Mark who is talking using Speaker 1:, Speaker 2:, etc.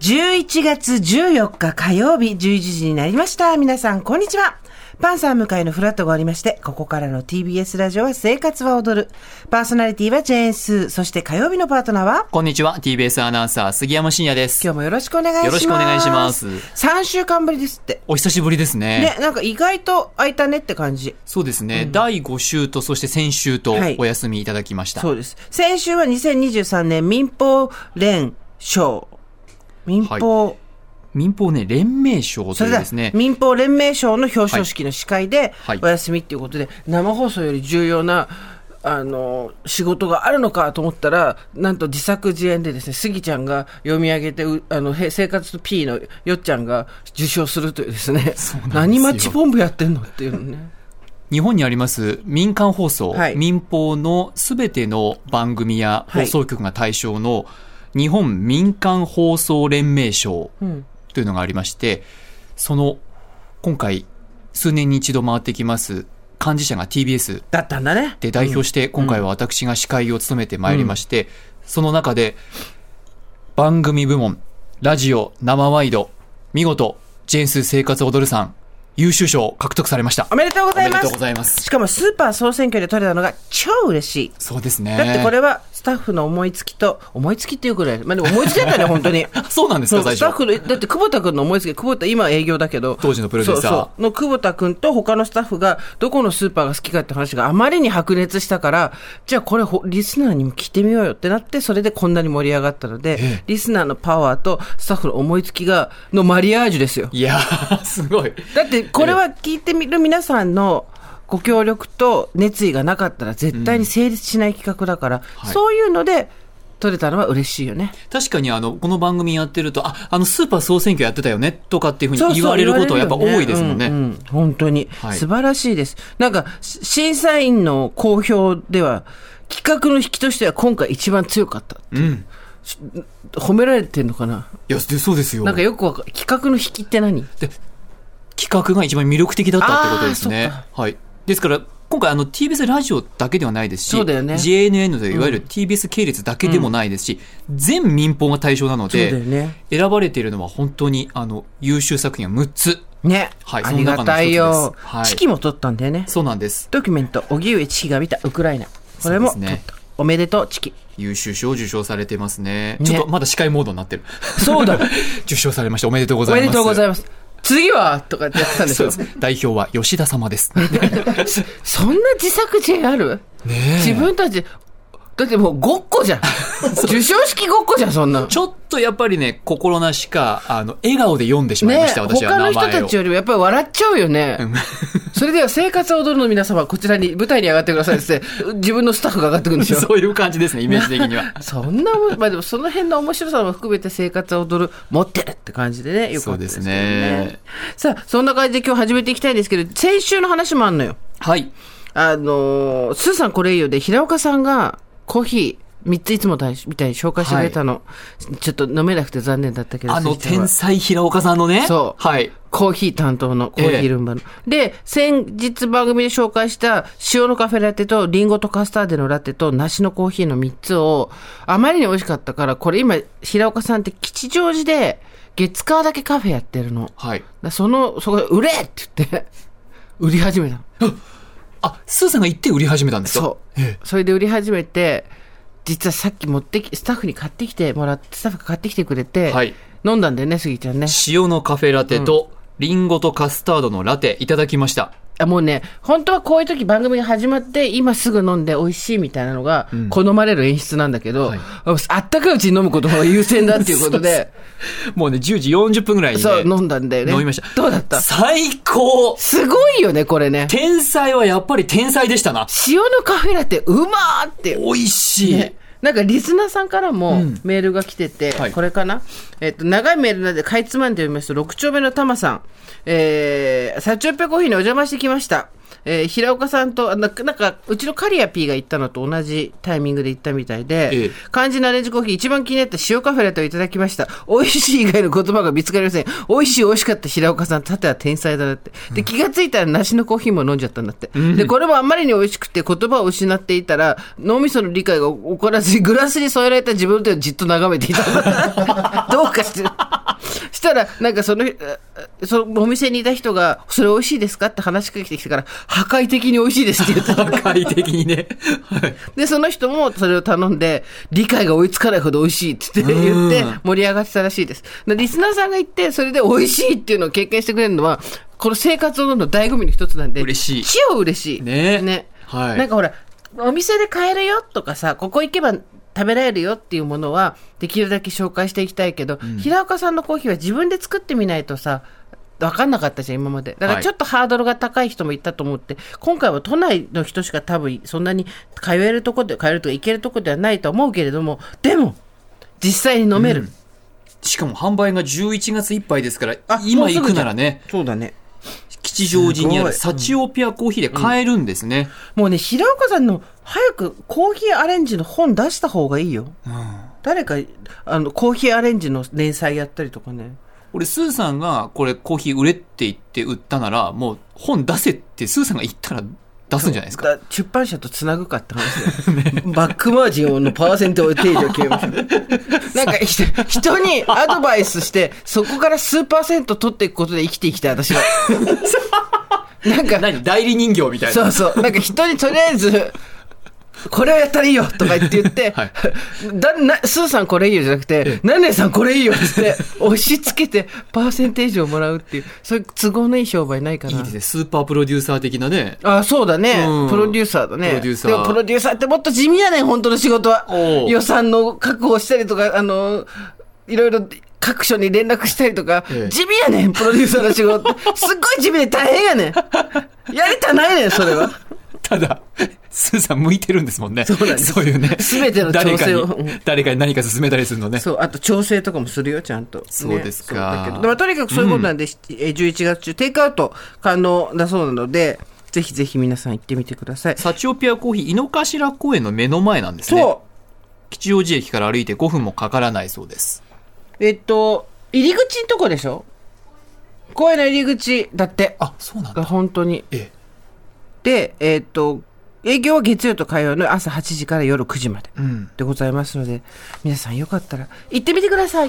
Speaker 1: 11月14日火曜日11時になりました。皆さん、こんにちは。パンサー向かいのフラットがありまして、ここからの TBS ラジオは生活は踊る。パーソナリティはジェーンスー。そして火曜日のパートナーは
Speaker 2: こんにちは、TBS アナウンサー、杉山真也です。
Speaker 1: 今日もよろしくお願いします。
Speaker 2: よろしくお願いします
Speaker 1: 3週間ぶりですって。
Speaker 2: お久しぶりですね。
Speaker 1: ね、なんか意外と空いたねって感じ。
Speaker 2: そうですね、第5週と、そして先週と
Speaker 1: はい
Speaker 2: お休みいただきました。
Speaker 1: そうです。先週は2023年民放連賞。民放、
Speaker 2: 民放ね、連盟賞
Speaker 1: そ
Speaker 2: とい
Speaker 1: れ
Speaker 2: う
Speaker 1: だ、
Speaker 2: ですね、
Speaker 1: 民放連盟賞の表彰式の司会で
Speaker 2: はい
Speaker 1: お休みっていうことで、生放送より重要な、あの、仕事があるのかと思ったら、なんと自作自演でですね、スギちゃんが読み上げて、うあの、へ生活と P のよっちゃんが受賞するというですね、
Speaker 2: なんですよ
Speaker 1: 何マッチボンブやってんのっていうのね。
Speaker 2: 日本にあります民間放送、
Speaker 1: はい
Speaker 2: 民放のすべての番組や
Speaker 1: はい
Speaker 2: 放送局が対象の日本民間放送連盟賞
Speaker 1: うん。
Speaker 2: というのがありまして、その、今回、数年に一度回ってきます、幹事社が TBS
Speaker 1: だったんだね。
Speaker 2: で代表して今回は私が司会を務めてまいりまして、その中で番組部門ラジオ生ワイド見事ジェンス生活踊るさん優秀賞を獲得されました
Speaker 1: おめでとうございま。
Speaker 2: おめですとうございます
Speaker 1: しかもスーパー総選挙で取れたのが超嬉しい。
Speaker 2: そうですね
Speaker 1: だってこれはスタッフの思いつきと、思いつきっていうくらい、まあでも思いつきだったね、本当 に。
Speaker 2: そうなんです
Speaker 1: そ
Speaker 2: か
Speaker 1: う
Speaker 2: 最
Speaker 1: スタッ
Speaker 2: 初
Speaker 1: フのだって久保田君の思いつき久保田今は営業だけど
Speaker 2: 当時のプロデューサー
Speaker 1: そうそうの久保田君と他のスタッフがどこのスーパーが好きかって話があまりに白熱したからじゃあこれほリスナーにも聞いてみようよってなってそれでこんなに盛り上がったので、
Speaker 2: え
Speaker 1: リスナーのパワーとスタッフの思いつきがのマリアージュですよ
Speaker 2: いやーすごい
Speaker 1: だってこれは聞いてみる皆さんのご協力と熱意がなかったら絶対に成立しない企画だから、
Speaker 2: はい
Speaker 1: そういうので取れたのは嬉しいよね
Speaker 2: 確かにあのこの番組やってるとああのスーパー総選挙やってたよねとかっていうふう
Speaker 1: そう
Speaker 2: に
Speaker 1: そう
Speaker 2: 言われることはやっぱ
Speaker 1: 言わ
Speaker 2: 多
Speaker 1: れる
Speaker 2: いです
Speaker 1: よ
Speaker 2: もんね
Speaker 1: ううん本当に、
Speaker 2: はい
Speaker 1: 素晴らしいです。なんか、し審査員の公表では、企画の引きとしては今回一番強かった。
Speaker 2: うん
Speaker 1: 褒められてんのかない
Speaker 2: やそうですよ
Speaker 1: なんかよくわか企画の引きって何
Speaker 2: 企画が一番魅力的だったってことですね
Speaker 1: あー。
Speaker 2: はい、ですから今回あの TBS ラジオだけではないですし、
Speaker 1: そうだよね
Speaker 2: JNN といういわゆる TBS 系列だけでもないですし、全民放が対象なの
Speaker 1: そうだよ
Speaker 2: で、
Speaker 1: ね。
Speaker 2: 選ばれているのは本当にあの優秀作品が6つ。
Speaker 1: ね。
Speaker 2: はい
Speaker 1: ありがたい
Speaker 2: そ
Speaker 1: よ
Speaker 2: の中の一つで、すはい
Speaker 1: チキも取ったんだよね。
Speaker 2: そうなんです。
Speaker 1: ドキュメント、荻上チキが見たウクライナ。これも
Speaker 2: そう
Speaker 1: 取
Speaker 2: で
Speaker 1: っ
Speaker 2: す
Speaker 1: た。
Speaker 2: ね
Speaker 1: おめでとう、チキ。
Speaker 2: 優秀賞を受賞されてますね。
Speaker 1: ね
Speaker 2: ちょっとまだ司会モードになってる。
Speaker 1: そうだ
Speaker 2: 受賞されました。おめでとうご
Speaker 1: お
Speaker 2: ざい
Speaker 1: め
Speaker 2: ます。
Speaker 1: でとうござい
Speaker 2: ま
Speaker 1: ます。次はとかってやってたんです
Speaker 2: そう
Speaker 1: よ
Speaker 2: で。す。代表は吉田様です。
Speaker 1: そんな自作自演ある
Speaker 2: ね
Speaker 1: 自分たち、だってもうごっこ じゃん。授賞式ごっこじゃん、そんな。
Speaker 2: ちょっとやっぱりね、心なしか、あの、笑顔で読んでしまい
Speaker 1: ね
Speaker 2: ました、私は
Speaker 1: 他の
Speaker 2: 名前を。
Speaker 1: 人たちよりもやっぱり笑っちゃうよね。それでは生活を踊るの皆様、こちらに舞台に上がってくださいっ つって、自分のスタッフが上がってくる んですよ。
Speaker 2: そういう感じですね、イメージ的には。
Speaker 1: そんなもん、まあでもその辺の面白さも含めて生活を踊る、持ってるって感じでね、よかったですよ
Speaker 2: そうです
Speaker 1: ね
Speaker 2: ね。
Speaker 1: さあ、そんな感じで今日始めていきたいんですけど、先週の話もあんのよ。
Speaker 2: はい。
Speaker 1: あのースーさんこれいいよで、平岡さんがコーヒー3ついつも大みたいに紹介してくれたの、ちょっと飲めなくて残念だったけど、
Speaker 2: あの
Speaker 1: 鈴木さんは
Speaker 2: 天才平岡さんのね。
Speaker 1: そう
Speaker 2: はい。
Speaker 1: コーヒー担当のコーヒールンバの。で、先日番組で紹介した塩のカフェラテとリンゴとカスターデのラテと梨のコーヒーの3つを、あまりに美味しかったから、これ今、平岡さんって吉祥寺で月火だけカフェやってるの。だか
Speaker 2: はい。
Speaker 1: らその、そこで売れって言って、売り始めたの。
Speaker 2: あ、スーさんが行って売り始めたんですか
Speaker 1: そう、それで売り始めて実はさっき持ってきスタッフに買ってきてもらってスタッフが買ってきてくれて、
Speaker 2: はい
Speaker 1: 飲んだんだよねスギちゃんね
Speaker 2: 塩のカフェラテと、リンゴとカスタードのラテいただきました。
Speaker 1: あもうね本当はこういう時番組が始まって今すぐ飲んで美味しいみたいなのが好まれる演出なんだけど、
Speaker 2: はい
Speaker 1: あったかいうちに飲むことの方が優先だっていうこと で
Speaker 2: もうね、10時40分ぐらいに、ね、
Speaker 1: そう飲んだんだよね
Speaker 2: 飲みました
Speaker 1: どうだった
Speaker 2: 最高
Speaker 1: すごいよねこれね
Speaker 2: 天才はやっぱり天才でしたな。
Speaker 1: 塩のカフェラテうまーって
Speaker 2: 美味しい。
Speaker 1: ねなんかリスナーさんからもメールが来てて、
Speaker 2: はい
Speaker 1: これかな、えっと長いメールなのでかいつまんで読みますと6丁目のタマさん、えー、サチュッペコーヒーにお邪魔してきました、えー平岡さんとあななんかうちのカリア P が行ったのと同じタイミングで行ったみたいで、
Speaker 2: ええ
Speaker 1: 肝心のアレンジコーヒー一番気になった塩カフェラテをいただきました美味しい以外の言葉が見つかりません美味しい美味しかった平岡さんたては天才だなってで気がついたら梨のコーヒーも飲んじゃったんだって、でこれもあんまりに美味しくて言葉を失っていたら脳みその理解が起こらずにグラスに添えられた自分の手をじっと眺めていたどうかしてるしたら、なんかその、あそのお店にいた人が、それ美味しいですかって話しかけてきてから、破壊的に美味しいですって言った
Speaker 2: 破壊的 にね。はい。
Speaker 1: で、その人もそれを頼んで、理解が追いつかないほど美味しいって言って、
Speaker 2: う
Speaker 1: 言
Speaker 2: ん
Speaker 1: って盛り上がってたらしいです。でリスナーさんが言って、それで美味しいっていうのを経験してくれるのは、この生活の醍醐味の一つなんで、
Speaker 2: 嬉しい
Speaker 1: 超嬉しい。
Speaker 2: ね
Speaker 1: ね。
Speaker 2: はい
Speaker 1: なんかほら、お店で買えるよとかさ、ここ行けば食べられるよっていうものは、できるだけ紹介していきたいけど、平岡さんのコーヒーは自分で作ってみないとさ、分かんなかったじゃん、今まで。だか
Speaker 2: は
Speaker 1: ら
Speaker 2: い
Speaker 1: ちょっとハードルが高い人もいたと思って、今回は都内の人しか多分そんなに通えるとこで、通えるとか行けるとこではないとは思うけれども、でも、実際に飲める。
Speaker 2: しかも販売が11月いっぱいですから
Speaker 1: あ、も
Speaker 2: 今
Speaker 1: うす
Speaker 2: 行
Speaker 1: ぐ
Speaker 2: くならね、
Speaker 1: そうだね。
Speaker 2: 吉祥寺にある
Speaker 1: すごい
Speaker 2: サチオピアコーヒーで買えるんですね。
Speaker 1: もうね、平岡さんの早くコーヒーアレンジの本出した方がいいよ。誰か、あの、コーヒーアレンジの連載やったりとかね。
Speaker 2: 俺、スーさんがこれコーヒー売れって言って売ったなら、もう本出せってスーさんが言ったら出すんじゃないですか。
Speaker 1: だ出版社とつなぐかって話だよ、バックマージンのパーセントを定義を決めましょう なんかひ人にアドバイスしてそこから数パーセント取っていくことで生きていきたい 私はなんか
Speaker 2: 何代理人形みたいな。
Speaker 1: そうそう。なんか人にとりあえず、これをやったらいいよとか言って言って、
Speaker 2: はい
Speaker 1: だなスーさんこれいいよじゃなくて、何々さんこれいいよっつって、押し付けてパーセンテージをもらうっていう、そういう都合のいい商売ないか
Speaker 2: い
Speaker 1: ない
Speaker 2: です。ね。スーパープロデューサー的なね。
Speaker 1: あそうだね、
Speaker 2: うん
Speaker 1: プロデューサーだね。
Speaker 2: プロデューサー
Speaker 1: でもプロデューサーってもっと地味やねん、本当の仕事は
Speaker 2: お。う
Speaker 1: 予算の確保したりとか、あの、いろいろ各所に連絡したりとか、
Speaker 2: ええ
Speaker 1: 地味やねん、プロデューサーの仕 事って。すっごい地味で大変やねん。やりたないねん、それは。
Speaker 2: ただ、スーさん向いてるんですもんね。そういうね。
Speaker 1: 全ての
Speaker 2: 誰
Speaker 1: 調
Speaker 2: かに
Speaker 1: 整をうん、
Speaker 2: 誰かに何か勧めたりするのね。
Speaker 1: そう、あと調整とかもするよ、ちゃんと。
Speaker 2: そうですか
Speaker 1: ねそうだけどまあとにかくそういうことなんで、え11月中、テイクアウト可能だそうなので、ぜひぜひ皆さん行ってみてください。
Speaker 2: サチオピアコーヒー、井の頭公園の目の前なんですね。
Speaker 1: そう。
Speaker 2: 吉祥寺駅から歩いて5分もかからないそうです。
Speaker 1: えっと、入り口のとこでしょ公園の入り口だって。
Speaker 2: あ、そうなん
Speaker 1: が
Speaker 2: だ。
Speaker 1: 本当に。
Speaker 2: ええ。
Speaker 1: で、えっと、営業は月曜と火曜の朝8時から夜9時まで
Speaker 2: うん。
Speaker 1: でございますので、皆さんよかったら行ってみてください。